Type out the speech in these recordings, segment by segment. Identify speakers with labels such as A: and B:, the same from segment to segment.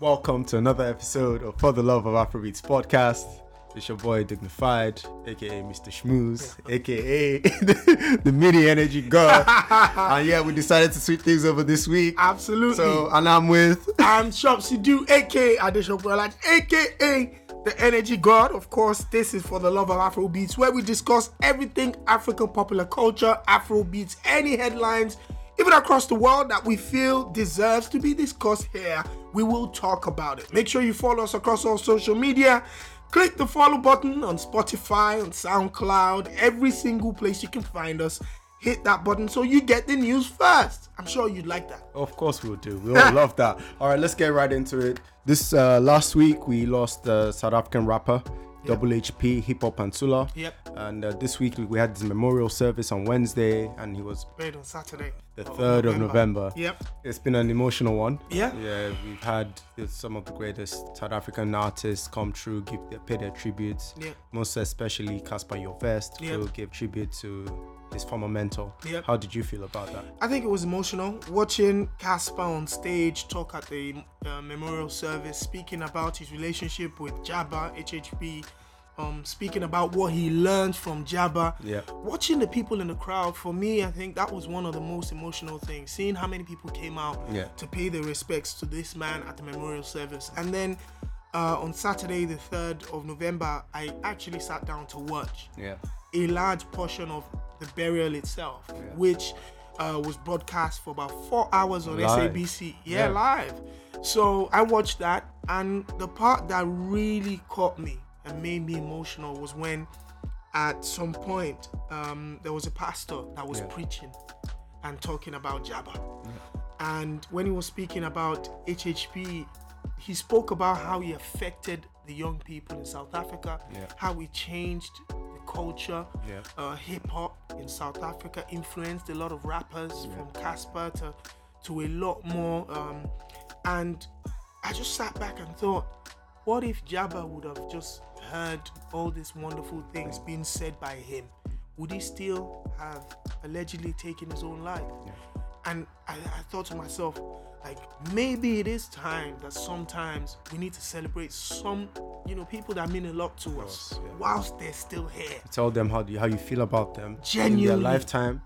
A: Welcome to another episode of For the Love of Afrobeats podcast. It's your boy Dignified, aka Mr. Schmooze, aka the mini energy god. and yeah, we decided to switch things over this week.
B: Absolutely.
A: So, and I'm with
B: I'm Shopsy Do, aka Adeshopu Olaj, aka the Energy God. Of course, this is for the love of Afrobeats, where we discuss everything African popular culture, Afrobeats, any headlines, even across the world that we feel deserves to be discussed here. We will talk about it. Make sure you follow us across all social media. Click the follow button on Spotify, on SoundCloud, every single place you can find us. Hit that button so you get the news first. I'm sure you'd like that.
A: Of course we'll do. We all love that. All right, let's get right into it. This uh, last week we lost uh, South African rapper Double HP Hip Hop Pansula.
B: Yep.
A: And uh, this week we had his memorial service on Wednesday, and he was
B: Played on Saturday.
A: the
B: Oh,
A: third of November.
B: Yep.
A: It's been an emotional one.
B: Yeah.
A: Yeah, we've had some of the greatest South African artists come through, give their, pay their tributes.
B: Yeah.
A: Most especially Caspar Jovest,
B: Yeah.
A: who gave tribute to his former mentor.
B: Yeah.
A: How did you feel about that?
B: I think it was emotional watching Casper on stage talk at the uh, memorial service, speaking about his relationship with Jabba HHP, um, speaking about what he learned from Jabba.
A: Yeah.
B: Watching the people in the crowd, for me, I think that was one of the most emotional things. Seeing how many people came out
A: Yeah.
B: to pay their respects to this man at the memorial service, and then. Uh, on Saturday, the 3rd of November, I actually sat down to watch
A: Yeah.
B: a large portion of the burial itself, which uh, was broadcast for about four hours on
A: Live.
B: SABC.
A: Yeah.
B: Yeah, live. So I watched that, and the part that really caught me and made me emotional was when, at some point, um, there was a pastor that was
A: Yeah.
B: preaching and talking about Jabba. And when he was speaking about HHP, he spoke about how he affected the young people in South Africa,
A: Yeah.
B: how he changed the culture.
A: Yeah.
B: Uh, Hip hop in South Africa influenced a lot of rappers from Casper to, to a lot more. Um, and I just sat back and thought, what if Jabba would have just heard all these wonderful things being said by him? Would he still have allegedly taken his own life? And I, I thought to myself, like maybe it is time that sometimes we need to celebrate some, you know, people that mean a lot to us
A: yeah.
B: whilst they're still here.
A: Tell them how, you- how you feel about them in their
B: Genuinely. Mm.
A: lifetime.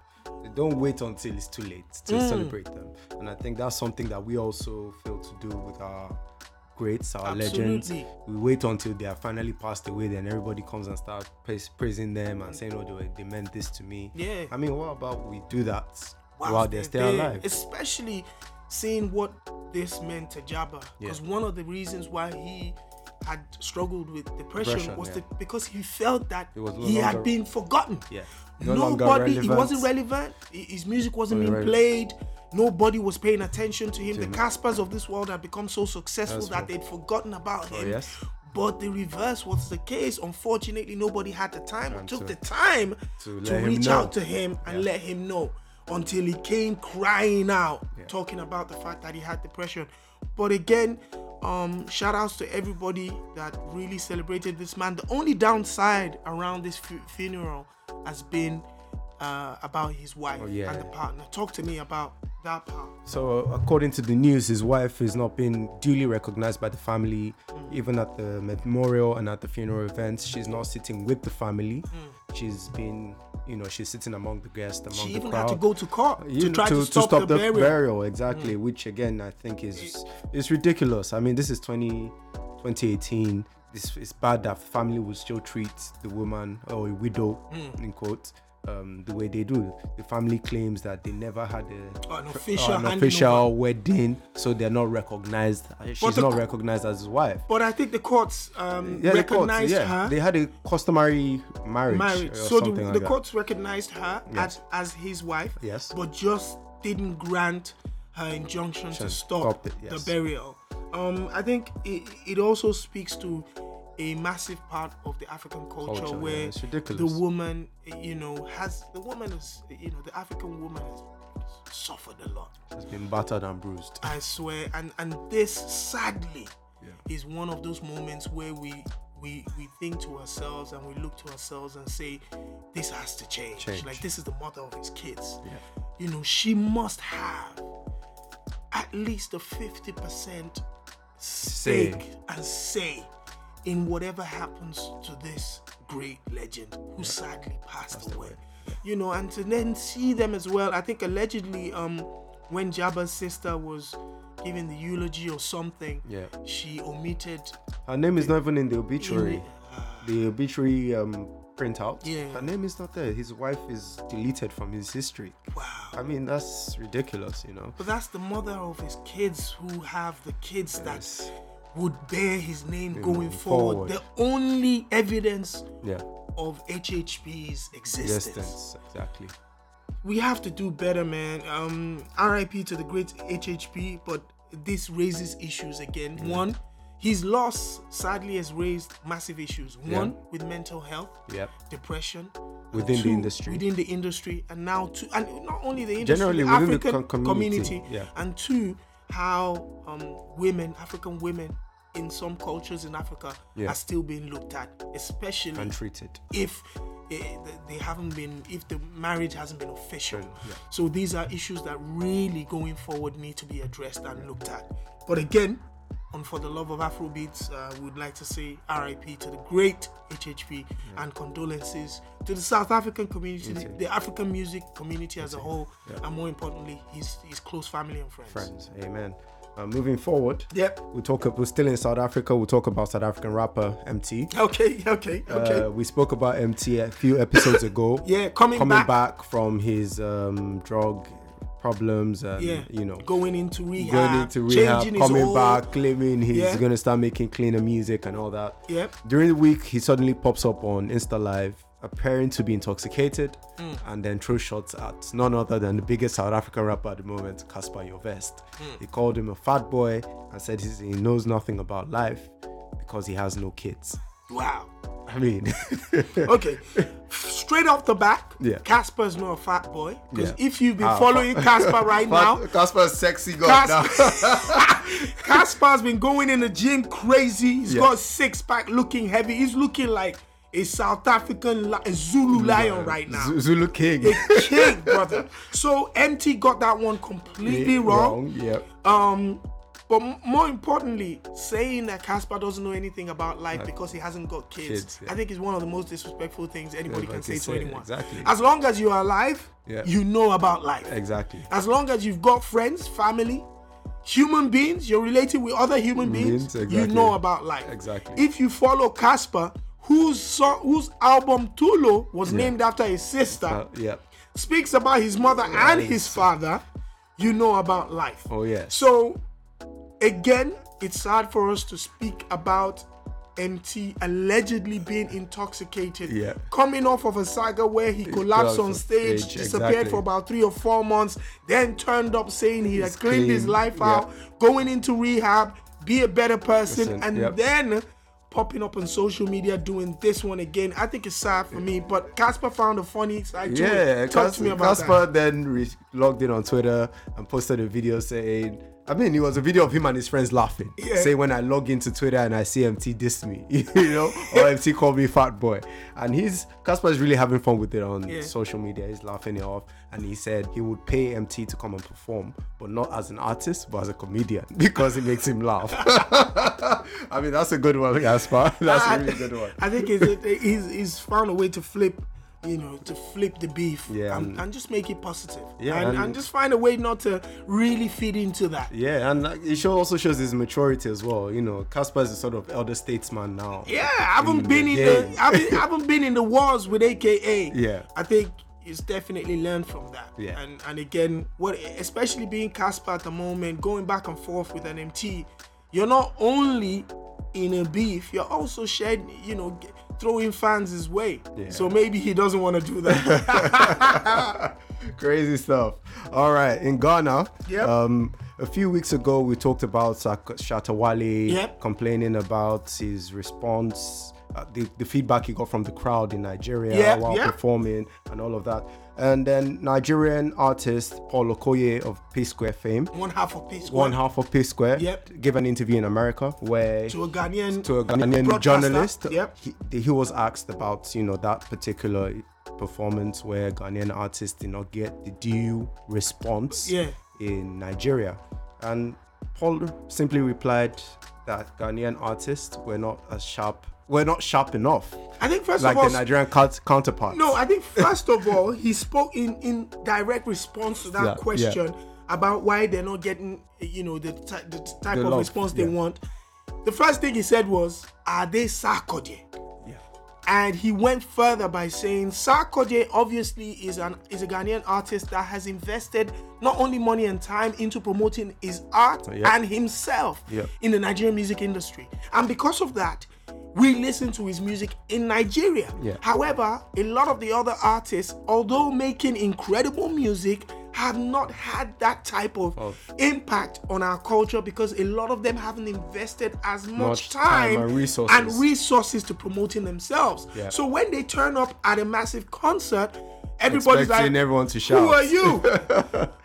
A: Don't wait until it's too late to celebrate them. And I think that's something that we also fail to do with our greats, our legends.
B: Absolutely.
A: We wait until they are finally passed away, then everybody comes and starts prais- praising them and saying, oh, they, were- they meant this to me.
B: Yeah.
A: I mean, what about we do that
B: Whilst
A: while they're still
B: there,
A: alive?
B: Especially seeing what this meant to
A: Yeah.
B: Jabba. Because one of the reasons why he had struggled with depression,
A: Depression,
B: was
A: yeah.
B: the, because he felt that
A: It was no
B: he
A: longer-
B: had been forgotten.
A: Yeah. No longer
B: Nobody, he
A: relevant.
B: wasn't relevant. Hi- His music wasn't being
A: relevant.
B: played. Nobody was paying attention to him. The
A: him.
B: Caspers of this world had become so successful
A: That's
B: that
A: true. Oh,
B: they'd forgotten about him.
A: yes.
B: But the reverse was the case. Unfortunately, nobody had the time or
A: And
B: took
A: to-
B: the time
A: to
B: to,
A: let him
B: reach
A: know.
B: out to him and let him know until he came crying out talking about the fact that he had depression but again um shout outs to everybody that really celebrated this man the only downside around this fu- funeral has been uh about his wife
A: Oh, yeah.
B: and the partner talk to me about that part
A: So, according to the news, his wife has not been duly recognized by the family, even at the memorial and at the funeral events. She's not sitting with the family. She's been, you know, she's sitting among the guests, among
B: she
A: the
B: even
A: crowd.
B: had to go to court
A: You
B: to
A: know,
B: try to, stop, the, burial, Mm.
A: exactly which again i think is is ridiculous i mean this is 20 2018 this it's bad that family will still treat the woman or a widow
B: Mm.
A: in quotes um, the way they do the family claims that they never had a
B: An official
A: an
B: handing
A: official wedding so they're not recognized she's
B: the
A: not
B: co-
A: recognized as his wife
B: but i think the courts um
A: yeah, the courts,
B: recognized
A: yeah.
B: her
A: They had a customary marriage. or
B: marriage. So the,
A: something like
B: the
A: that.
B: courts recognized her
A: Yes.
B: as, as his wife,
A: Yes.
B: but just didn't grant her injunction to stop,
A: stop it, yes.
B: the burial. Um, I think it, it also speaks to a massive part of the African culture,
A: Culture, yeah,
B: where
A: it's ridiculous.
B: the woman, you know, has the woman is, you know, the African woman has suffered a lot.
A: She's been battered and bruised.
B: I swear, and and this sadly is one of those moments where we we we think to ourselves and we look to ourselves and say, this has to change.
A: Change.
B: Like this is the mother of his kids.
A: Yeah.
B: You know, she must have at least a fifty percent
A: say.
B: big and say in whatever happens to this great legend who sadly passed, away. You know, and to then see them as well. I think allegedly, um, when Jabba's sister was giving the eulogy or something,
A: Yeah.
B: she omitted.
A: Her name is not even in the obituary. The obituary um, printout.
B: Yeah.
A: Her name is not there. His wife is deleted from his history.
B: Wow.
A: I mean, that's ridiculous, you know.
B: But that's the mother of his kids who have the kids
A: Yes.
B: that would bear his name going
A: forward.
B: forward. The only evidence
A: Yeah.
B: of HHP's existence.
A: Distance. Exactly.
B: we have to do better, man. Um, RIP to the great HHP, but this raises issues again. One, his loss sadly has raised massive issues. One, with mental health,
A: Yep.
B: depression.
A: Within the
B: Two,
A: industry.
B: Within the industry, and now two, and not only the industry,
A: Generally
B: the
A: within the
B: African
A: com- community, yeah.
B: And two, how um, women, African women, in some cultures in Africa,
A: Yeah.
B: are still being looked at, especially
A: And treated.
B: if eh, th- they haven't been if the marriage hasn't been official
A: yeah.
B: so these are issues that really going forward need to be addressed and looked at but again on for the love of afrobeats uh, we'd like to say rip to the great hhp and condolences to the south african community the, the african music community as a whole and more importantly his, his close family and friends
A: Friends. Amen. Uh, moving forward.
B: Yep.
A: We talk. We're still in South Africa. We'll talk about South African rapper MT.
B: okay okay okay
A: Uh, we spoke about MT a few episodes ago.
B: Yeah, coming
A: back.
B: back.
A: from his um, drug problems and
B: yeah
A: you know
B: going into rehab
A: going into rehab,
B: changing his
A: coming
B: whole-
A: back, claiming he's
B: Yeah.
A: gonna start making cleaner music and all that.
B: Yep.
A: During the week, he suddenly pops up on Insta Live, appearing to be intoxicated, and then throws shots at none other than the biggest South African rapper at the moment, Caspar Jovest. He called him a fat boy and said he's, he knows nothing about life because he has no kids.
B: wow
A: I mean,
B: okay. Straight off the back,
A: Yeah.
B: Casper's not a fat boy. Because
A: Yeah.
B: if you've been
A: Ah,
B: following Casper right now,
A: Casper's sexy god.
B: Casper, Casper's been going in the gym crazy. He's
A: Yeah.
B: got six pack, looking heavy. He's looking like a South African li- a Zulu lion right now.
A: Zulu King.
B: King, brother. So MT got that one completely wrong.
A: Yep.
B: Um, but m- more importantly, saying that Casper doesn't know anything about life because he hasn't got kids,
A: Kids, yeah.
B: I think is one of the most disrespectful things anybody
A: Everybody
B: can say
A: can
B: to
A: say,
B: anyone.
A: exactly.
B: As long as you are alive,
A: Yeah.
B: you know about life.
A: Exactly.
B: As long as you've got friends, family, human beings, you're related with other human beings,
A: Beings,
B: you
A: exactly.
B: know about life.
A: Exactly.
B: If you follow Casper, whose song, whose album Tulo was named after his sister,
A: Uh, yep.
B: speaks about his mother and his father, you know about life.
A: Oh, yes.
B: So again, it's sad for us to speak about MT allegedly being intoxicated,
A: Yeah.
B: coming off of a saga where he collapsed
A: collapsed
B: on
A: on
B: stage,
A: stage,
B: disappeared
A: exactly.
B: for about three or four months, then turned up saying he had
A: He's
B: cleaned his
A: clean,
B: life
A: yeah.
B: out, going into rehab, be a better person,
A: Person,
B: and
A: yep.
B: then popping up on social media doing this one again. I think it's sad for me, but Casper found a funny side to it.
A: Yeah,
B: Talk
A: Cas-
B: to me about
A: Casper then re- logged in on Twitter and posted a video saying, I mean, it was a video of him and his friends laughing.
B: Yeah.
A: Say when I log into Twitter and I see MT diss me, you know, or MT call me fat boy. And he's Casper is really having fun with it on
B: Yeah.
A: social media. He's laughing it off, and he said he would pay MT to come and perform, but not as an artist, but as a comedian because it makes him laugh. I mean, that's a good one, Casper. That's
B: I-
A: a really good one.
B: I think he's, he's, he's found a way to flip, you know, to flip the beef
A: Yeah,
B: and,
A: and-
B: and just make it positive.
A: Yeah,
B: and,
A: and-
B: and just find a way not to really feed into that.
A: Yeah, and like, it show also shows his maturity as well. You know, Casper is a sort of elder statesman now.
B: Yeah, I haven't been in
A: yeah.
B: the I haven't, I haven't been in the wars with AKA.
A: Yeah.
B: I think he's definitely learned from that.
A: Yeah.
B: And and again, what especially being Casper at the moment, going back and forth with an MT, you're not only in a beef, you're also sharing, you know, g- throwing fans his way.
A: Yeah.
B: So maybe he doesn't want to do that.
A: Crazy stuff. All right, in Ghana,
B: Yep.
A: um, a few weeks ago we talked about Sak- Shatawale
B: Yep.
A: complaining about his response, uh, the, the feedback he got from the crowd in Nigeria
B: Yep,
A: while
B: yep.
A: performing and all of that. And then Nigerian artist Paul Okoye of P Square fame,
B: One half of peace.
A: one half of P Square,
B: Yep.
A: gave an interview in America where
B: to a Ghanaian
A: to a Ghanaian
B: broadcaster.
A: journalist.
B: Yep.
A: He, he was asked about you know that particular performance where Ghanaian artists did not get the due response
B: Yeah.
A: in Nigeria, and Paul simply replied, that Ghanaian artists were not as sharp, were not sharp enough,
B: I think first
A: like
B: of all,
A: the Nigerian coun- counterparts.
B: No, I think first of all, he spoke in in direct response to that
A: Yeah, yeah.
B: question about why they're not getting, you know, the ty- the type
A: The
B: of
A: love,
B: response they
A: yeah.
B: want. The first thing he said was, "Are they Sarkodie?"
A: yeah,
B: And he went further by saying, Sarkodie obviously is an is a Ghanaian artist that has invested not only money and time into promoting his art
A: Yeah.
B: and himself
A: Yeah.
B: in the Nigerian music industry. And because of that, we listen to his music in Nigeria.
A: Yeah.
B: However, a lot of the other artists, although making incredible music, have not had that type of
A: Oh.
B: impact on our culture because a lot of them haven't invested as much,
A: Much
B: time,
A: time and resources.
B: and resources to promoting themselves.
A: Yeah.
B: So when they turn up at a massive concert, everybody's
A: expecting
B: like,
A: everyone to shout.
B: "Who are you?"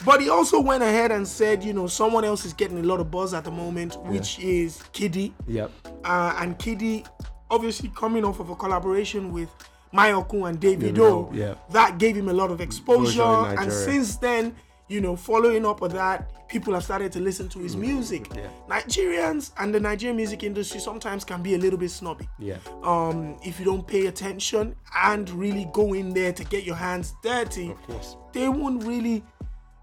B: but he also went ahead and said, "You know, someone else is getting a lot of buzz at the moment, which is Kiddy,
A: Yep.
B: uh, and Kiddy, obviously coming off of a collaboration with." Mayokun and David
A: Davido,
B: O,
A: yeah.
B: that gave him a lot of exposure,
A: Exposure in
B: and
A: Nigeria.
B: since then, you know, following up with that, people have started to listen to his music.
A: Mm. yeah.
B: Nigerians and the Nigerian music industry sometimes can be a little bit snobby
A: Yeah.
B: um, if you don't pay attention and really go in there to get your hands dirty,
A: Of course.
B: they won't really,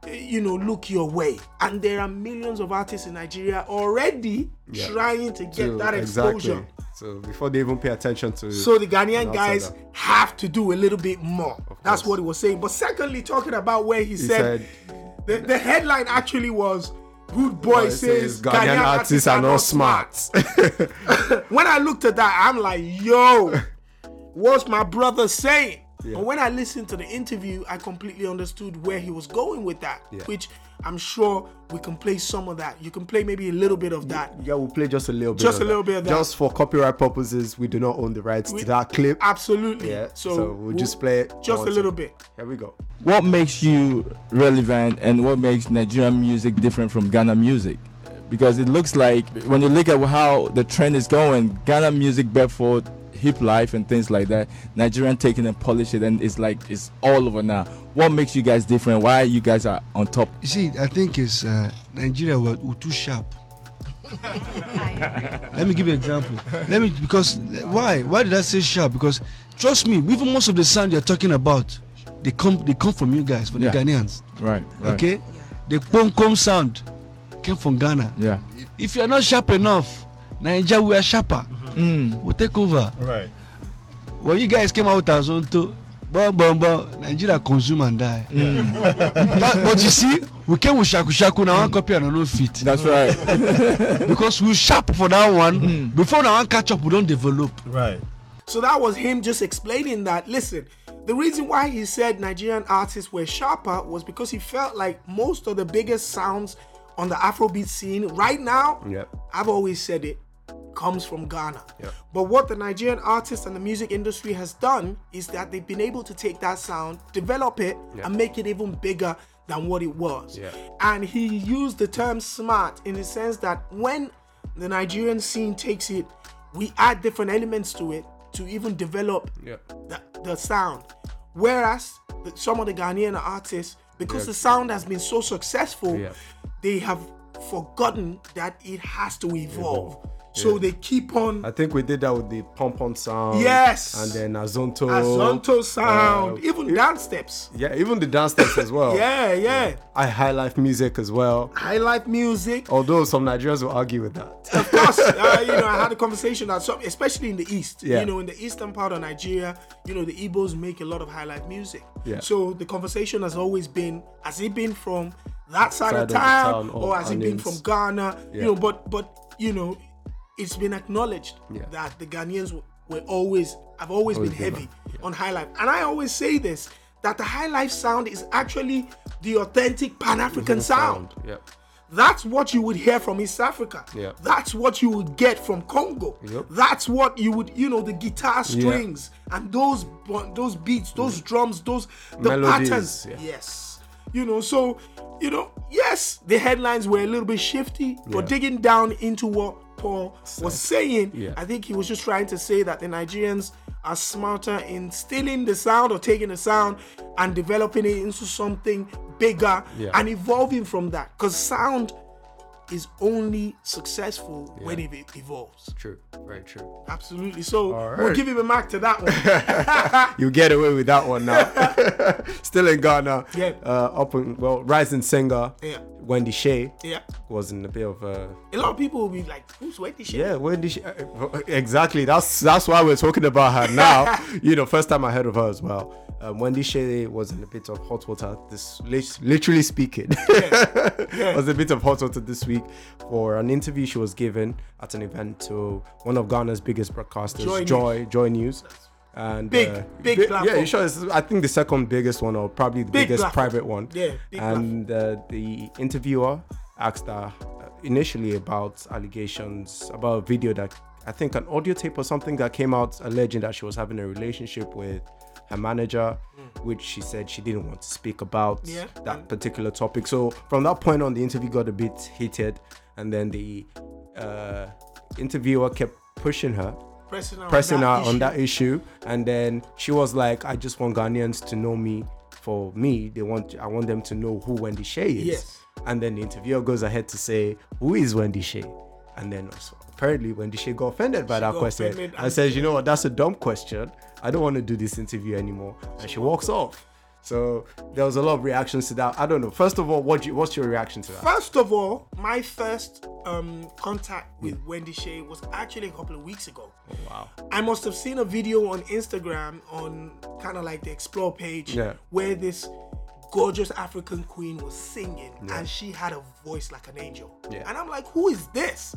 B: eh, you know, look your way. And there are millions of artists in Nigeria already
A: Yeah.
B: trying to get
A: So,
B: that exposure.
A: Exactly. So before they even pay attention to
B: So the Ghanaian
A: outsider.
B: guys have to do a little bit more. That's
A: course.
B: what he was saying. But secondly, talking about where he, said,
A: said-
B: the, the headline actually was Good Boy
A: It
B: says
A: Ghanaian artists are not smart.
B: when I looked at that, I'm like, yo, what's my brother saying?
A: Yeah.
B: But when I listened to the interview, I completely understood where he was going with that,
A: Yeah.
B: which I'm sure we can play some of that. You can play maybe a little bit of that.
A: Yeah, we'll play just a little bit.
B: Just
A: of
B: a little bit of that.
A: Just for copyright purposes, we do not own the rights
B: We-
A: to that clip.
B: Absolutely.
A: Yeah.
B: So,
A: So, we'll, just play it.
B: just a
A: once
B: little
A: again.
B: bit.
A: Here we go.
C: what makes you relevant and what makes Nigerian music different from Ghana music? Because it looks like when you look at how the trend is going, Ghana music barefoot, hip life and things like that, Nigerian taking and polish it and it's like it's all over now. What makes you guys different? Why you guys are on top?
D: You see, I think it's uh, Nigeria were were too sharp. Let me give you an example. Let me because why? Why did I say sharp? Because trust me, even most of the sound you're talking about, they come they come from you guys, from
C: Yeah.
D: the Ghanaians.
C: Right.
D: Okay? The pom pom sound came from Ghana.
C: Yeah.
D: If you're not sharp enough, Nigeria we are sharper. Mm. We'll take over.
E: Right.
D: When you guys came out as Zonto, bum bum bum, Nigeria consume and die. but, but you see, we came with shaku shaku now one copy and no fit.
C: That's right.
D: because we sharp for that one before that one catch up we don't develop
E: Right.
B: So that was him just explaining that. Listen, the reason why he said Nigerian artists were sharper was because he felt like most of the biggest sounds on the Afrobeat scene right now,
A: Yep.
B: I've always said it, comes from Ghana.
A: Yep.
B: But what the Nigerian artists and the music industry has done is that they've been able to take that sound, develop it,
A: Yep.
B: and make it even bigger than what it was.
A: Yeah.
B: And he used the term smart in the sense that when the Nigerian scene takes it, we add different elements to it to even develop
A: Yeah.
B: the, the sound. Whereas the, some of the Ghanaian artists, because the sound has been so successful,
A: Yeah.
B: they have forgotten that it has to evolve. So they keep on
A: I think we did that with the pom pom sound.
B: Yes.
A: And then Azonto.
B: horizontal sound,
A: uh,
B: even dance steps.
A: Yeah, even the dance steps as well.
B: Yeah, yeah,
A: I high life music as well.
B: I like music.
A: Although some Nigerians will argue with that.
B: of course, uh, you know, I had a conversation that some, especially in the east,
A: Yeah.
B: you know, in the eastern part of Nigeria, you know, the Igbos make a lot of highlight music.
A: Yeah.
B: So the conversation has always been, has it been from that side,
A: Side
B: of
A: of the
B: town,
A: town
B: or,
A: or
B: has it been
A: onions.
B: from Ghana? You
A: Yeah.
B: know, but but you know, it's been acknowledged
A: Yeah.
B: that the Ghanaians were, were always have always,
A: Always
B: been
A: been
B: heavy
A: that,
B: on high life, and I always say this that the high life sound is actually the authentic Pan African sound.
A: Yep.
B: That's what you would hear from East Africa.
A: Yeah.
B: That's what you would get from Congo.
A: Yep.
B: That's what you would, you know, the guitar strings and those bu- those beats, those drums, those the
A: Mm. Melodies,
B: patterns.
A: yeah.
B: Yes. You know, so you know, yes, the headlines were a little bit shifty, but
A: Yeah.
B: digging down into what Paul was saying,
A: Yeah.
B: I think he was just trying to say that the Nigerians are smarter in stealing the sound or taking the sound and developing it into something bigger
A: Yeah.
B: and evolving from that. Because sound is only successful when it e- evolves.
A: True. Very true.
B: Absolutely. So
A: All
B: we'll
A: right.
B: give him a mark to that one.
A: You get away with that one now. Still in Ghana.
B: Yeah.
A: Uh, up in, well, rising singer.
B: Yeah.
A: Wendy Shea
B: yeah.
A: was in a bit of a.
B: A lot of people will be like, who's with this shit?
A: Yeah, Wendy. Shea, uh, exactly. That's that's why we're talking about her now. you know, first time I heard of her as well. Um, Wendy Shea was in a bit of hot water. This lit- literally speaking, was a bit of hot water this week for an interview she was given at an event to one of Ghana's biggest broadcasters,
B: Joy
A: Joy
B: News.
A: Joy, News. And
B: Big,
A: uh,
B: big
A: bi- yeah,
B: platform.
A: you sure? It's, I think the second biggest one, or probably the
B: Big
A: biggest
B: platform.
A: private one.
B: Yeah, big
A: and uh, the interviewer asked her uh, initially about allegations about a video that I think an audio tape or something that came out alleging that she was having a relationship with her manager, which she said she didn't want to speak about
B: Yeah.
A: that particular topic. So from that point on, the interview got a bit heated, and then the uh, interviewer kept pushing her
B: Pressing out
A: pressing her
B: issue.
A: on that issue and then she was like i just want ghanaians to know me for me they want i want them to know who wendy Shea is
B: Yes.
A: and then the interviewer goes ahead to say who is wendy Shea? and then also, apparently wendy Shea got offended by that
B: got
A: question
B: offended
A: and,
B: and-
A: says you know what that's a dumb question i don't want to do this interview anymore and she walks off so there was a lot of reactions to that i don't know first of all what do you, what's your reaction to that
B: First of all, my first um, contact with Wendy Shea was actually a couple of weeks ago.
A: wow
B: I must have seen a video on Instagram on kind of like the explore page
A: Yeah.
B: where this gorgeous African queen was singing and she had a voice like an angel.
A: Yeah. Hmm.
B: And I'm like, who is this?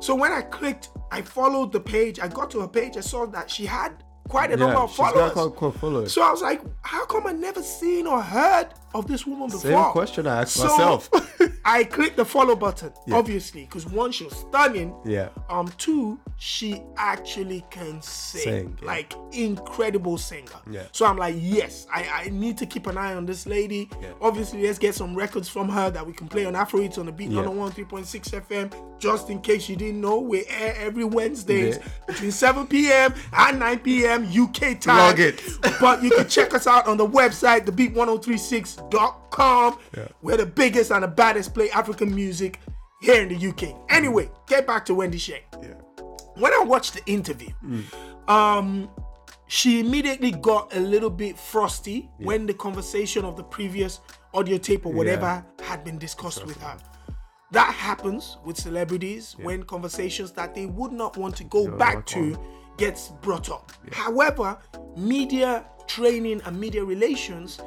B: So when I clicked, I followed the page, I got to her page, I saw that she had quite a number
A: yeah
B: of
A: she's got
B: followers.
A: quite- quite followers.
B: So I was like, how come I never seen or heard of this woman before?
A: Same question I asked myself.
B: I clicked the follow button, obviously, because one, she was stunning.
A: Yeah.
B: Um, two, she actually can sing.
A: Sing, yeah.
B: Like incredible singer.
A: Yeah.
B: So I'm like, yes, I, I need to keep an eye on this lady.
A: Yeah.
B: Obviously, let's get some records from her that we can play on Afro Hits on the Beat
A: Yeah.
B: 101 3.6 FM. Just in case you didn't know, we air every Wednesdays
A: Yeah.
B: between 7 p.m. and 9 p.m. UK time.
A: Log it.
B: but you can check us out on the website, thebeat1036.com. We're the biggest and the baddest play African music here in the UK. Anyway, get back to Wendy Shea. When I watched the interview, um, she immediately got a little bit frosty when the conversation of the previous audio tape or whatever had been discussed with her. That happens with celebrities when conversations that they would not want to go back
A: work
B: to
A: on.
B: gets brought up. However, media training and media relations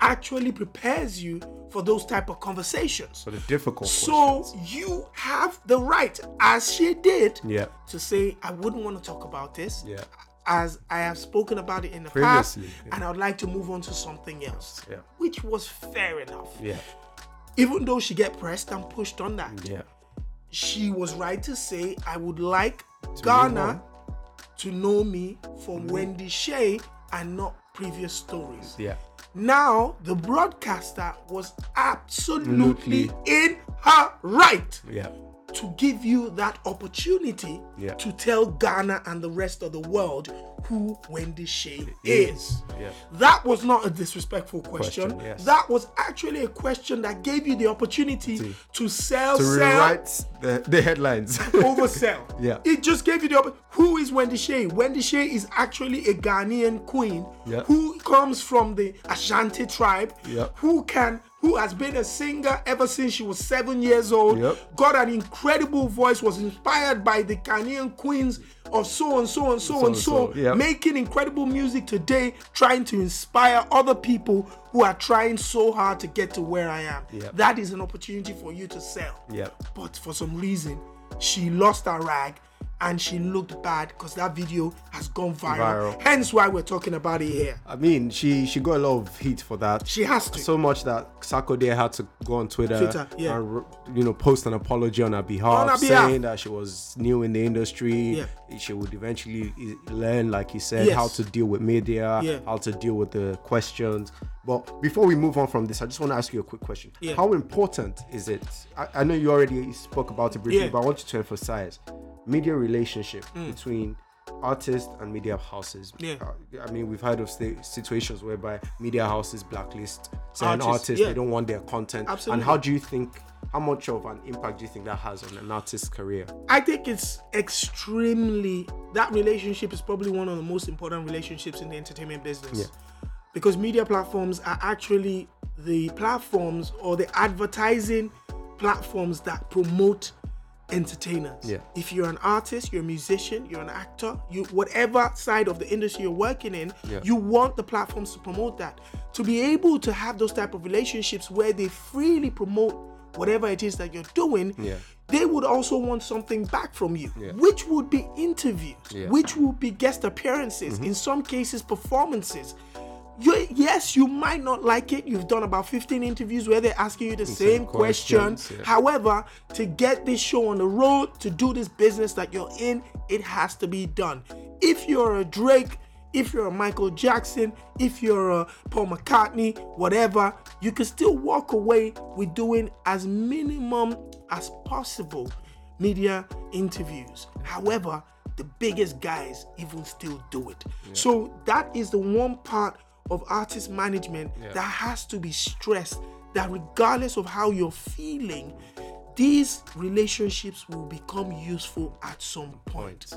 B: actually prepares you for those type of conversations.
A: so the difficult
B: So
A: questions.
B: you have the right, as she did,
A: Yeah.
B: to say, I wouldn't want to talk about this.
A: Yeah.
B: As I have spoken about it in the past,
A: Previously, yeah.
B: and I'd like to move on to something else.
A: Yeah.
B: Which was fair enough.
A: yeah
B: Even though she get pressed and pushed on that,
A: yeah
B: she was right to say, I would like
A: on. Mm-hmm.
B: Ghana to know me for Wendy Shea and not previous stories.
A: yeah
B: Now the broadcaster was absolutely
A: Absolutely.
B: in her right
A: yeah
B: to give you that opportunity
A: Yeah.
B: to tell Ghana and the rest of the world who Wendy Shea is.
A: Yeah.
B: That was not a disrespectful question.
A: Question, yes.
B: That was actually a question that gave you the opportunity to, sell,
A: to
B: sell,
A: rewrite the, the headlines.
B: oversell.
A: Yeah.
B: It just gave you the opportunity. Who is Wendy Shea? Wendy Shea is actually a Ghanaian queen
A: Yeah.
B: who comes from the Ashanti tribe,
A: Yeah.
B: who can who has been a singer ever since she was seven years old,
A: Yep.
B: got an incredible voice, was inspired by the Ghanaian queens of so and so and so, and so,
A: so, yeah.
B: making incredible music today, trying to inspire other people who are trying so hard to get to where I am.
A: Yep.
B: That is an opportunity for you to sell.
A: Yep.
B: But for some reason, she lost her rag and she looked bad because that video has gone viral.
A: Viral.
B: Hence why we're talking about it here.
A: I mean, she she got a lot of heat for that.
B: She has to.
A: so much that Sakode had to go on Twitter,
B: Twitter, yeah.
A: and r- you know post an apology on her behalf,
B: On her behalf.
A: saying that she was new in the industry. She would eventually i- learn, like you said,
B: Yes.
A: how to deal with media,
B: Yeah.
A: how to deal with the questions. But before we move on from this, I just want to ask you a quick question.
B: Yeah.
A: How important is it? I, I know you already spoke about it briefly,
B: Yeah. Mm.
A: but I want you to emphasize media relationship between artists and media houses.
B: Yeah.
A: Uh, I mean, we've heard of sta- situations whereby media houses blacklist certain
B: Artists,
A: artists.
B: yeah.
A: They don't want their content.
B: Absolutely.
A: And how do you think? How much of an impact do you think that has on an artist's career?
B: I think it's extremely that relationship is probably one of the most important relationships in the entertainment business. Because media platforms are actually the platforms or the advertising platforms that promote entertainers.
A: Yeah.
B: If you're an artist, you're a musician, you're an actor, you whatever side of the industry you're working in,
A: Yeah.
B: you want the platforms to promote that. To be able to have those type of relationships where they freely promote whatever it is that you're doing,
A: Yeah.
B: they would also want something back from you,
A: Yeah.
B: which would be interviews,
A: Yeah. Mm-hmm.
B: which would be guest appearances, in some cases, performances. You, yes, you might not like it. You've done about 15 interviews where they're asking you the same question.
A: questions, yeah.
B: However, to get this show on the road, to do this business that you're in, it has to be done. If you're a Drake, if you're a Michael Jackson, if you're a Paul McCartney, whatever, you can still walk away with doing as minimum as possible media interviews. However, the biggest guys even still do it. So that is the one part of artist management that has to be stressed that regardless of how you're feeling, these relationships will become useful at some point.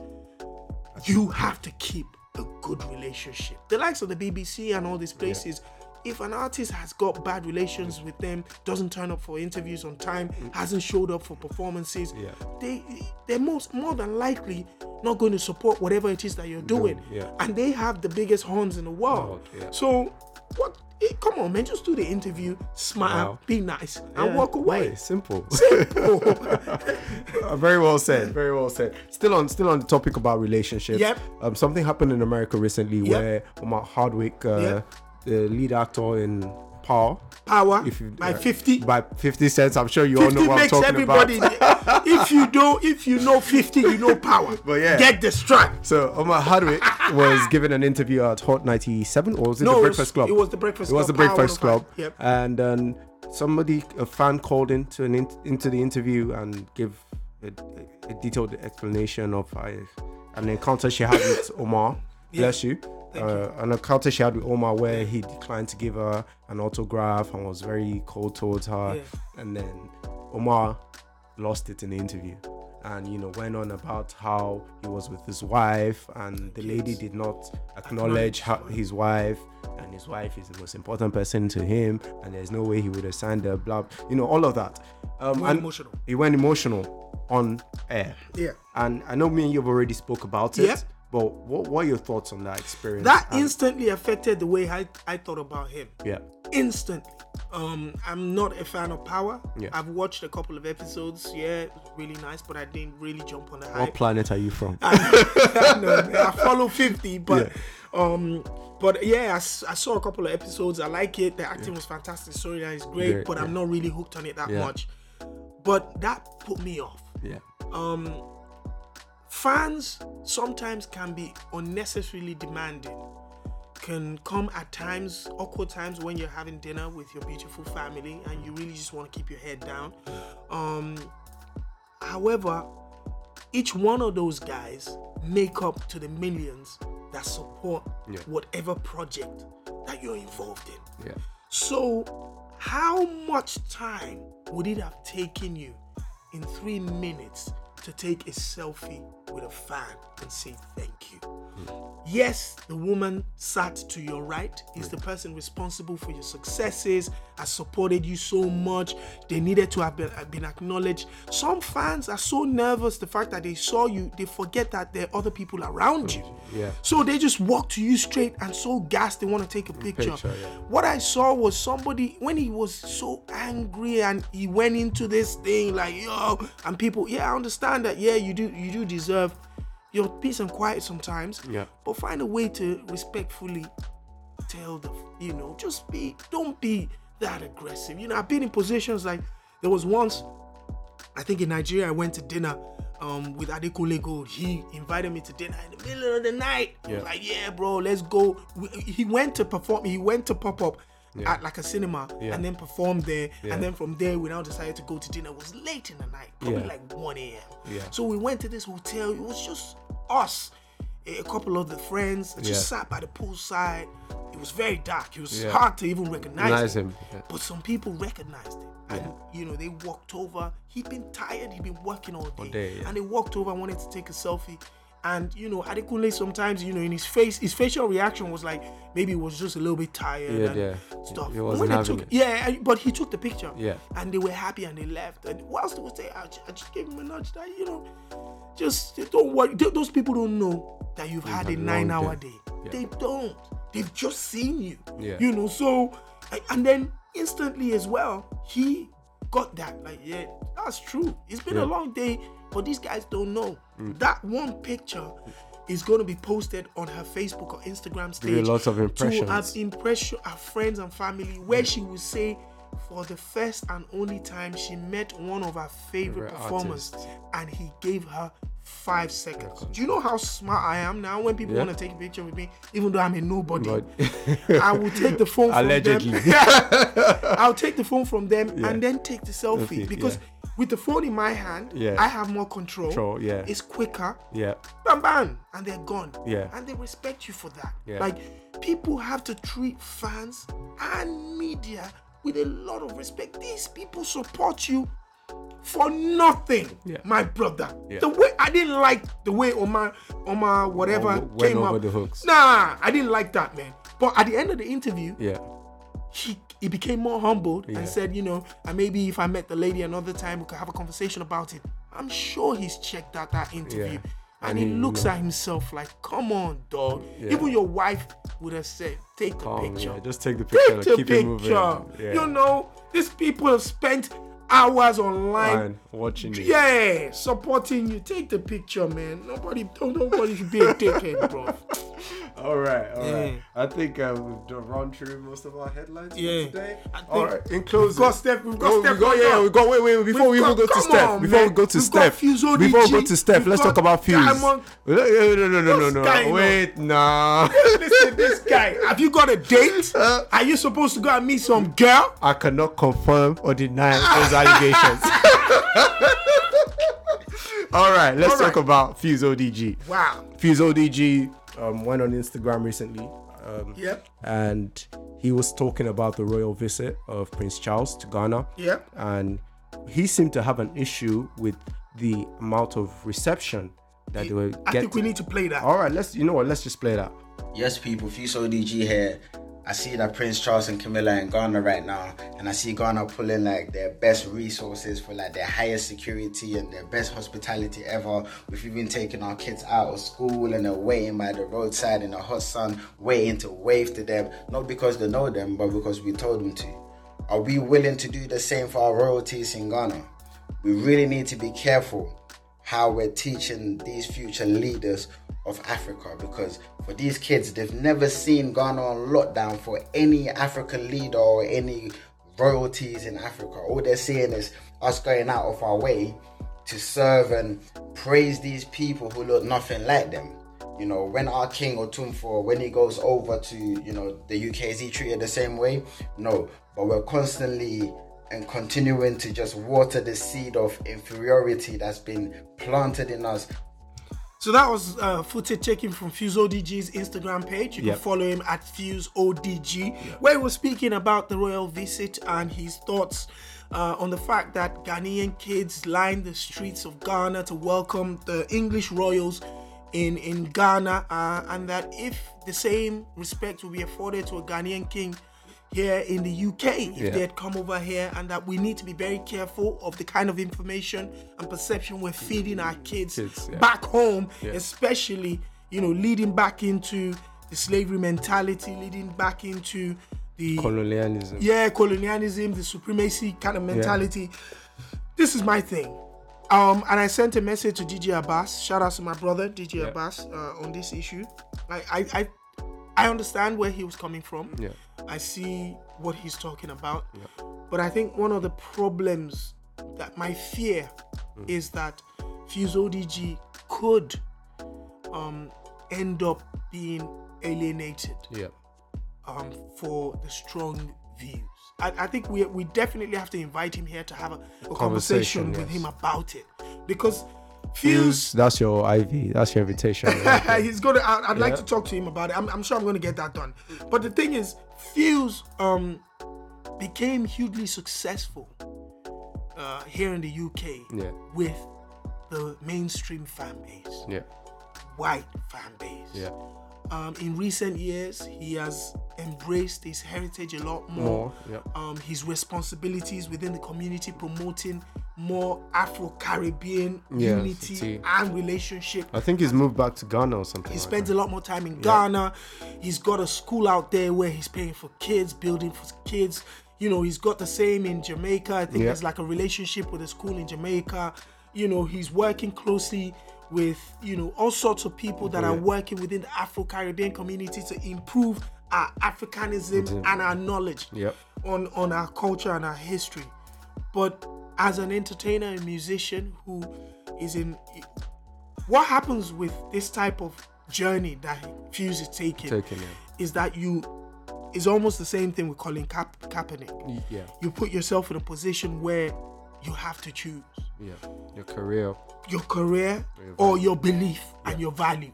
B: You have to keep a good relationship. The likes of the BBC and all these places, if an artist has got bad relations with them, doesn't turn up for interviews on time, hasn't showed up for performances,
A: Yeah.
B: they they're most more than likely not going to support whatever it is that you're doing.
A: yeah.
B: And they have the biggest horns in the world.
A: World, yeah.
B: So what eh, come on man, just do the interview, smile,
A: Wow.
B: be nice, and
A: Yeah,
B: walk away.
A: nice, Simple. Uh, very well said. Very well said. Still on still on the topic about relationships.
B: Yep.
A: Um, something happened in America recently
B: Yep.
A: where Omar Hardwick, uh,
B: Yep.
A: the lead actor in Power,
B: Power
A: if you
B: by
A: uh,
B: fifty.
A: by fifty cents. I'm sure you all
B: 50
A: know what I'm
B: makes
A: talking
B: everybody.
A: about.
B: if you know, if you know 50, you know power.
A: But yeah.
B: get the strap.
A: So Omar Hardwick was given an interview at Hot 97, or was it
B: No,
A: the
B: it was-
A: Breakfast Club?
B: it was the Breakfast
A: It was
B: Club,
A: the Breakfast
B: Power
A: Club.
B: 105, yep.
A: And then somebody, a fan, called into an in, into the interview and gave a, a detailed explanation of uh, an encounter she had with Omar. Bless you. Uh, an encounter she had with Omar where he declined to give her an autograph and was very cold towards her.
B: Yeah.
A: And then Omar lost it in the interview and you know went on about how he was with his wife and the lady did not acknowledge how, his wife and his wife is the most important person to him and there's no way he would have signed a blah you know all of that um
B: went
A: and
B: emotional.
A: he went emotional on air
B: Yeah.
A: and i know me and you've already spoke about it
B: Yep.
A: but what were your thoughts on that experience
B: That
A: And-
B: instantly affected the way I, I thought about him.
A: yeah
B: Instantly. Um, I'm not a fan of power.
A: Yeah.
B: I've watched a couple of episodes. Yeah, it was really nice, but I didn't really jump on the
A: what
B: hype.
A: planet are you from
B: no, man, I follow 50, but um, but yeah, I, s- I saw a couple of episodes. I like it. The acting was fantastic. Storyline is great,
A: Great,
B: but I'm not really hooked on it that
A: Yeah.
B: much. But that put me off.
A: yeah
B: Um, fans sometimes can be unnecessarily demanding. Can come at times, awkward times when you're having dinner with your beautiful family and you really just want to keep your head down. Um, however, each one of those guys make up to the millions that support
A: Yeah.
B: whatever project that you're involved in.
A: yeah
B: So, how much time would it have taken you in three minutes to take a selfie with a fan and say thank you? Yes, the woman sat to your right is the person responsible for your successes, has supported you so much. They needed to have been, have been acknowledged. Some fans are so nervous the fact that they saw you, they forget that there are other people around you.
A: Yeah.
B: So they just walk to you straight and so gassed they want to take a picture.
A: Picture, yeah.
B: What I saw was somebody when he was so angry and he went into this thing like yo and people yeah I understand that yeah you do you do deserve your peace and quiet sometimes
A: Yeah.
B: but find a way to respectfully tell the you know just be don't be that aggressive you know I've been in positions like there was once I think in Nigeria, I went to dinner um, with Adekunle Gold. He invited me to dinner in the middle of the night. He was
A: Yeah.
B: like, yeah, bro, let's go. We, he went to perform, he went to pop up at like a cinema
A: Yeah.
B: and then performed there.
A: Yeah.
B: And then from there, we now decided to go to dinner. It was late in the night, probably
A: Yeah.
B: like 1 a.m.
A: Yeah.
B: So we went to this hotel. It was just us. a couple of the friends that just
A: Yeah.
B: sat by the poolside. It was very dark. It was
A: Yeah.
B: hard to even recognize
A: Nice
B: him.
A: him, yeah.
B: But some people recognized him. And, you know, they walked over. He'd been tired. He'd been working all day.
A: day, yeah.
B: And they walked over and wanted to take a selfie. And, you know, Adekunle sometimes, you know, in his face, his facial reaction was like maybe he was just a little bit tired
A: Yeah,
B: and
A: yeah.
B: stuff.
A: He
B: But
A: wasn't
B: when they
A: having
B: took,
A: it.
B: Yeah, and- but he took the picture.
A: Yeah.
B: And they were happy and they left. And whilst they were there, I ju- I just gave him a nudge that, you know, just don't worry. Th- Those people don't know that you've
A: had
B: had, a
A: a long
B: nine hour
A: day.
B: day. They don't. They've just seen you.
A: Yeah.
B: You know, so a- and then instantly as well, he got that. Like, yeah, that's true. It's been a long day, but these guys don't know.
A: Mm.
B: That one picture is going to be posted on her Facebook or Instagram
A: Give you
B: stage.
A: lots of
B: To have
A: impressions. Mm.
B: impress her friends and family, where she will say, for the first and only time, she met one of her favorite
A: Favorite
B: performers,
A: artists.
B: and he gave her five seconds. Do you know how smart I am now? When people
A: Yeah.
B: want to take a picture with me, even though I'm a nobody,
A: But
B: I will take the phone from
A: Allegedly.
B: them. I'll take the phone from them and then take the selfie
A: Selfie,
B: because with the phone in my hand,
A: Yeah.
B: I have more control.
A: Control, yeah.
B: It's quicker
A: yeah,
B: bam bam and they're gone
A: Yeah.
B: and they respect you for that
A: Yeah.
B: like people have to treat fans and media with a lot of respect these people support you for nothing
A: Yeah.
B: my brother
A: Yeah.
B: the way i didn't like the way omar omar whatever
A: Omar went
B: came
A: over
B: up
A: the hooks.
B: nah i didn't like that man but at the end of the interview
A: yeah,
B: he, he became more humbled
A: Yeah.
B: and said, you know, and maybe if I met the lady another time, we could have a conversation about it. I'm sure he's checked out that interview.
A: Yeah.
B: And,
A: And
B: he,
A: he
B: looks
A: knew.
B: at himself like, come on, dog.
A: Yeah.
B: Even your wife would have said, take the
A: Oh,
B: picture.
A: yeah, just take the picture,
B: take
A: and
B: the
A: keep it
B: picture.
A: moving. Yeah.
B: You know, these people have spent hours online.
A: Fine, watching it.
B: Yeah, supporting you. Take the picture, man. Nobody, don't nobody should be a dickhead, bro.
A: All right, all right.
B: Yeah.
A: I think uh, we've done run through most of our headlines
B: Yeah.
A: for today.
B: I think
A: All right, in
B: We've
A: closing,
B: got Steph. We've got
A: Oh,
B: Steph.
A: we got, yeah, we got. Wait, wait. Before we
B: We've
A: even
B: got-
A: go to
B: come
A: Steph,
B: on,
A: before
B: man.
A: we go to
B: We've got
A: Steph,
B: Fuse Origi.
A: before we go to Steph,
B: We've
A: let's talk
B: got
A: about Fuse.
B: Diamond.
A: No, no, no, no, no,
B: What's
A: no.
B: going on?
A: Wait, nah.
B: Listen, this guy. Have you got a date? Are you supposed to go and meet some girl?
A: I cannot confirm or deny those allegations. All right, let's
B: All right.
A: talk about Fuse ODG.
B: Wow.
A: Fuse ODG um, went on Instagram recently. Um,
B: Yep.
A: and he was talking about the royal visit of Prince Charles to Ghana.
B: Yep.
A: And he seemed to have an issue with the amount of reception that they were
B: I think we
A: getting.
B: need to play that.
A: All right, let's you know what? Let's just play that.
E: Yes, people, Fuse ODG here. I see that Prince Charles and Camilla are in Ghana right now, and I see Ghana pulling like their best resources for like their highest security and their best hospitality ever. We've even taken our kids out of school and they're waiting by the roadside in the hot sun, waiting to wave to them, not because they know them, but because we told them to. Are we willing to do the same for our royalties in Ghana? We really need to be careful how we're teaching these future leaders of Africa because for these kids, they've never seen Ghana on lockdown for any African leader or any royalties in Africa. All they're seeing is us going out of our way to serve and praise these people who look nothing like them. You know, when our king Otumfo, when he goes over to, you know, the UK, is he treated the same way? No. But we're constantly and continuing to just water the seed of inferiority that's been planted in us
B: So that was uh, footage taken from Fuse ODG's Instagram page. You
A: Yep.
B: can follow him at Fuse ODG, where he was speaking about the royal visit and his thoughts uh, on the fact that Ghanaian kids lined the streets of Ghana to welcome the English royals in in Ghana, uh, and that if the same respect will be afforded to a Ghanaian king here in the UK, if
A: Yeah.
B: they had come over here, and that we need to be very careful of the kind of information and perception we're feeding our kids
A: Kids, yeah.
B: back home, especially, you know, leading back into the slavery mentality, leading back into the
A: Colonialism.
B: yeah, colonialism, the supremacy kind of mentality. This is my thing. Um, and I sent a message to DJ Abbas. Shout out to my brother DJ Abbas uh, on this issue. I, I I I understand where he was coming from.
A: Yeah.
B: I see what he's talking about. But I think one of the problems that my fear is that Fuse ODG could um, end up being alienated
A: Yeah.
B: um, for the strong views. I, I think we, we definitely have to invite him here to have a, a conversation,
A: Conversation,
B: with
A: yes.
B: him about it because Fuse.
A: That's your IV. That's your invitation. right there.
B: Uh, He's gonna. I, I'd like to talk to him about it. I'm, I'm sure I'm gonna get that done. But the thing is, Fuse um became hugely successful uh, here in the UK
A: Yeah.
B: with the mainstream fan base,
A: yeah.
B: white fan base.
A: Yeah.
B: Um, in recent years, he has embraced his heritage a lot more.
A: More. Yeah.
B: Um, his responsibilities within the community promoting more Afro Caribbean
A: Yeah,
B: unity
A: see.
B: and relationship
A: I think he's moved back to Ghana or something.
B: he
A: like
B: spends
A: that.
B: a lot more time in Ghana. He's got a school out there where he's paying for kids, building for kids. You know, he's got the same in Jamaica. I think
A: Yeah.
B: there's like a relationship with a school in Jamaica. You know, he's working closely with, you know, all sorts of people that are working within the Afro Caribbean community to improve our Africanism and our knowledge
A: Mm-hmm. Yep.
B: on, on our culture and our history. But as an entertainer and musician who is in what happens with this type of journey that Fuse is taking,
A: Taking, yeah.
B: is that you is almost the same thing with Colin Ka- Kaepernick.
A: Y- Yeah.
B: You put yourself in a position where you have to choose
A: Yeah. Your career.
B: your career or your belief and your values.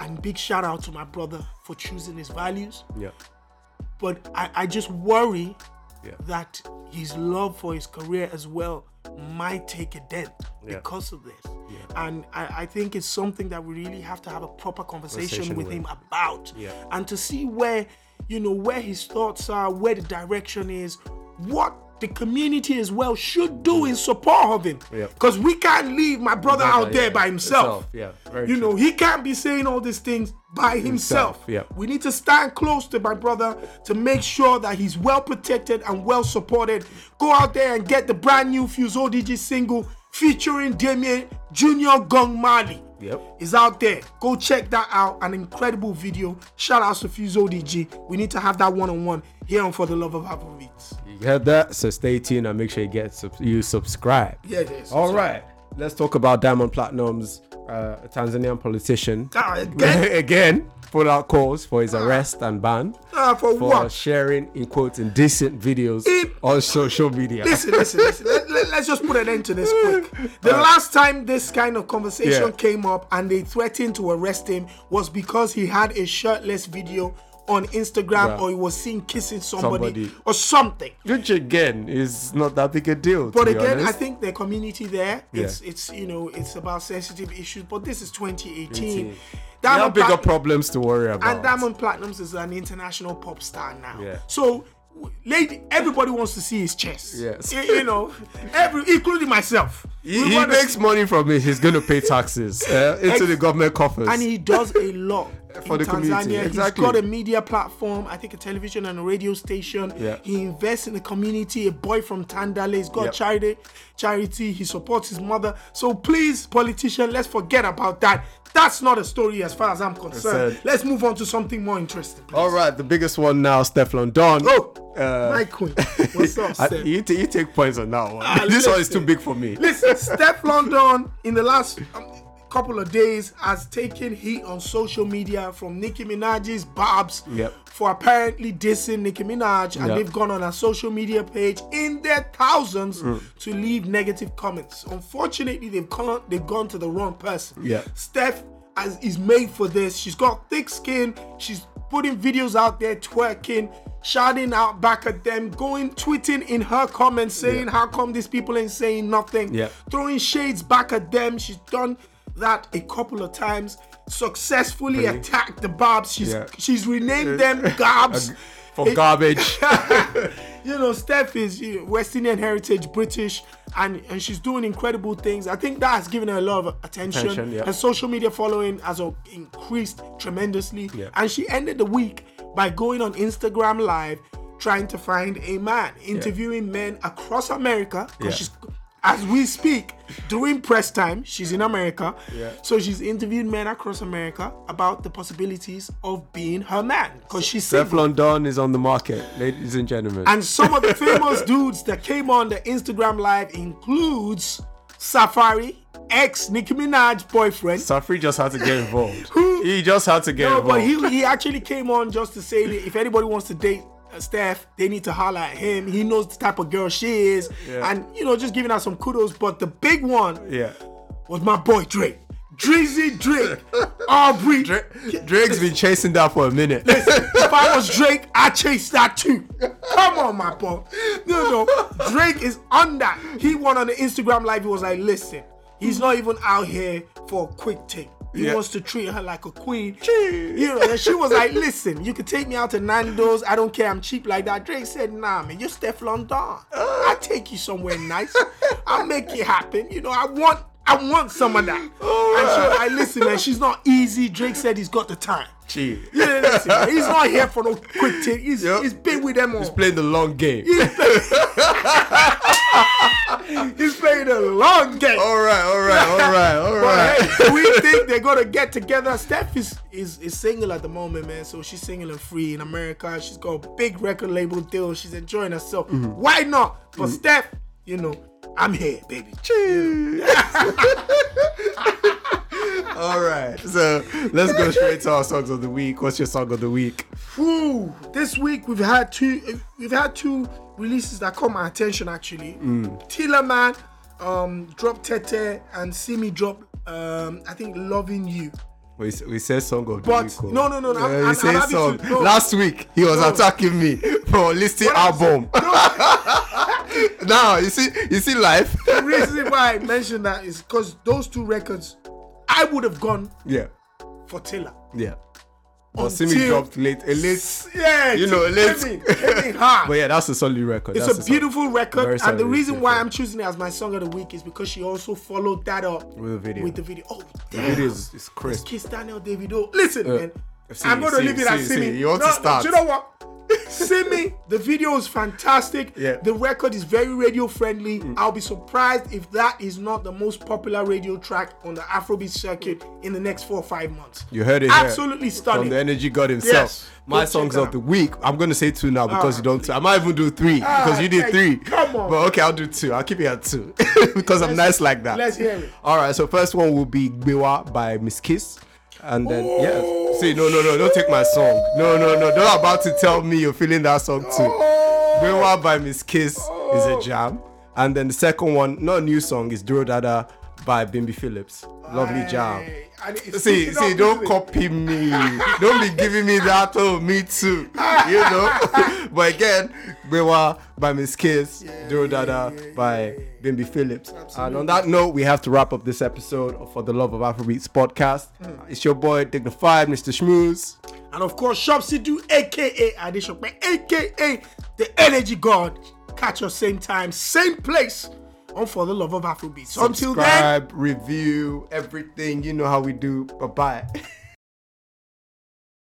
B: And big shout out to my brother for choosing his values.
A: Yeah.
B: But I, I just worry
A: Yeah.
B: that his love for his career as well might take a dent
A: Yeah.
B: because of this. And I, I think it's something that we really have to have a proper conversation,
A: Conversation
B: with
A: with.
B: him about.
A: Yeah.
B: And to see where, you know, where his thoughts are, where the direction is, what the community as well should do in support of him.
A: Yeah.
B: Because we can't leave my
A: Brother,
B: brother out there
A: yeah,
B: by
A: himself,
B: himself.
A: yeah, very
B: you
A: true.
B: know, he can't be saying all these things by
A: Himself,
B: himself.
A: yeah.
B: We need to stand close to my brother to make sure that he's well protected and well supported. Go out there and get the brand new Fuse ODG single featuring Damien Junior Gong Mali.
A: Yep.
B: Is out there. Go check that out. An incredible video. Shout out to Fuse ODG. We need to have that one on one here on For the Love of Apple Beats.
A: You heard that? So stay tuned and make sure you get sub- you subscribe.
B: Yeah, it is.
A: All right. Let's talk about Diamond Platinum's uh, Tanzanian politician.
B: Ah, again?
A: Again, pull out calls for his arrest and ban
B: Ah, for,
A: for
B: what?
A: sharing, in quotes, indecent videos
B: If-
A: on social media.
B: listen, listen, listen. Let, us just put an end to this quick. The last time this kind of conversation
A: Yeah.
B: came up and they threatened to arrest him was because he had a shirtless video on Instagram
A: Yeah.
B: or he was seen kissing somebody,
A: Somebody.
B: or something.
A: Which again is not that big a deal.
B: But
A: to be
B: again, I
A: honest.
B: think the community there,
A: Yeah.
B: it's it's you know, it's about sensitive issues. But this is 2018.
A: 18. we have
B: Diamond
A: bigger
B: Plat-
A: problems to worry about.
B: and Diamond Platinums is an international pop star now.
A: Yeah.
B: So, w- lady, everybody wants to see his chest.
A: Yes.
B: Y- You, know, every including myself.
A: He,
B: We
A: he
B: wanna
A: makes
B: see-
A: money from it. He's going to pay taxes uh, into the government coffers.
B: and he does a lot
A: For
B: in
A: the
B: Tanzania.
A: community, exactly.
B: He's got a media platform, I think a television and a radio station.
A: Yeah.
B: He invests in the community. A boy from Tandale, he's got
A: Yep.
B: charity. Charity. He supports his mother. So please, politician, let's forget about that. That's not a story as far as I'm concerned.
A: Concerned.
B: Let's move on to something more interesting. please.
A: All right, the biggest one now, Stefan Don.
B: Oh,
A: Uh,
B: my queen. What's up,
A: I-
B: Steph?
A: you, ta- you take points on that one.
B: Ah,
A: this one is
B: listen.
A: too big for me.
B: Listen, Steph London in the last um, couple of days has taken heat on social media from Nicki Minaj's Babs
A: Yep.
B: for apparently dissing Nicki Minaj, and
A: Yep.
B: they've gone on her social media page in their thousands
A: Mm.
B: to leave negative comments. Unfortunately, they've gone they've gone to the wrong person.
A: Yeah.
B: Steph has, is made for this. She's got thick skin. She's putting videos out there twerking, shouting out back at them, going tweeting in her comments saying how come these people ain't saying nothing,
A: Yeah.
B: throwing shades back at them. She's done that a couple of times. Successfully attacked the Bobs. She's
A: Yeah. Uh,
B: she's renamed them Gobs.
A: For garbage.
B: you know, Steph is you know, West Indian heritage, British, and, and she's doing incredible things. I think that has given her a lot of attention.
A: Attention, yeah.
B: Her social media following has uh, increased tremendously.
A: Yeah.
B: And she ended the week by going on Instagram Live trying to find a man, interviewing men across America. 'cause
A: Yeah.
B: she's- as we speak, during press time, she's in America.
A: Yeah.
B: So she's interviewed men across America about the possibilities of being her man. Because she's
A: Steph
B: single.
A: London is on the market, ladies and gentlemen.
B: And some of the famous dudes that came on the Instagram live includes Safari, ex Nicki Minaj boyfriend.
A: Safri just had to get involved.
B: Who-
A: He just had to get
B: no,
A: involved.
B: but he, he actually came on just to say that if anybody wants to date uh, Steph, they need to holler at him. He knows the type of girl she is,
A: Yeah.
B: and you know, just giving her some kudos. But the big one
A: yeah.
B: was my boy Drake. Drizzy Drake. Aubrey.
A: Drake's been chasing that for a minute.
B: if I was Drake, I chase that too. Come on, my boy. No, no. Drake is on that. He went on the Instagram live. He was like, listen, he's not even out here for a quick take. He
A: Yeah.
B: wants to treat her like a queen. You know, and she was like, listen, you can take me out to Nando's. I don't care. I'm cheap like that. Drake said, nah, man, you're Stefflon Don. i take you somewhere nice. I'll make it happen. You know, I want I want some of that. And so I listen, man, she's not easy. Drake said he's got the time.
A: Gee.
B: Yeah, listen, man, he's not here for no quick take. He's,
A: Yep.
B: he's been with them all.
A: He's playing the long game.
B: He's playing a long game.
A: All right, all right, all right, all
B: But,
A: right.
B: hey, we think they're gonna get together. Steph is, is is single at the moment, man. So she's single and free in America. She's got a big record label deal. She's enjoying herself.
A: Mm-hmm.
B: Why not? But Steph, you know, I'm here, baby.
A: All right. So let's go straight to our songs of the week. What's your song of the week?
B: Ooh, this week we've had two we've had two releases that caught my attention actually.
A: Mm.
B: Tila Man um dropped Tete and Simi dropped um I think Loving You.
A: We, we said song of the
B: But-
A: week. oh.
B: no, no, no, no, I'm-
A: Yeah, we
B: I'm-
A: said
B: I'm happy to-
A: song.
B: no.
A: Last week he was
B: No.
A: attacking me for listing album. now you see, you see life.
B: The reason why I mentioned that is because those two records I would have gone
A: yeah,
B: for Tila.
A: yeah. But Simi
B: Until-
A: dropped late, a late.
B: Yeah,
A: You know,
B: hit
A: let's-
B: me, hit me hard.
A: But yeah, that's a solid record.
B: It's
A: That's
B: a
A: solid-
B: beautiful
A: very
B: record, and
A: solid
B: the reason why
A: record.
B: I'm choosing it as my song of the week is because she also followed that up
A: With a video.
B: With the video. Oh,
A: The
B: damn.
A: video is, is crisp.
B: Kiss Daniel Davido. Listen, man.
A: Uh, I've seen
B: I'm
A: it,
B: gonna
A: seen
B: leave
A: it,
B: it at
A: seen it, seen
B: Simi.
A: it. You want to start.
B: do you know what? Simi, the video is fantastic.
A: Yeah. Mm.
B: The record is very radio friendly. I'll be surprised if that is not the most popular radio track on the Afrobeat circuit in the next four or five months.
A: You heard it here
B: Absolutely
A: from
B: stunning.
A: the energy god himself.
B: Yes.
A: My
B: Go check
A: songs
B: it
A: of
B: out.
A: the week. I'm gonna say two now because you don't. I might even do three because you did
B: Ah, hey,
A: three.
B: come on.
A: But okay, I'll do two. I'll keep it at two because I'm nice like that.
B: let's hear it.
A: All right. So first one will be Gbewa by Miss Kiss. And then yeah, see no no no don't take my song no no no don't about to tell me you're feeling that song too.
B: Oh.
A: Gbewa by Miss Kiss is a jam, and then the second one not a new song is Duro Dada by Bimbi Phillips, lovely jam.
B: Hey, and it's
A: See,
B: picking
A: see,
B: up,
A: don't
B: isn't it?
A: copy me. don't be giving me that. Oh, me too. You know. but again, Bewa by Miss Kiss, Duro Dada by Bimbi Phillips. And on that note, we have to wrap up this episode of for the love of Afrobeats podcast.
B: Hmm.
A: It's your boy Dignified, Mr. Schmooze.
B: And of course, Shop Sidu, aka Adeshokpe, aka the energy god. Catch us same time, same place on For the Love of Afrobeats. Until then.
A: Subscribe, review everything. You know how we do. Bye bye.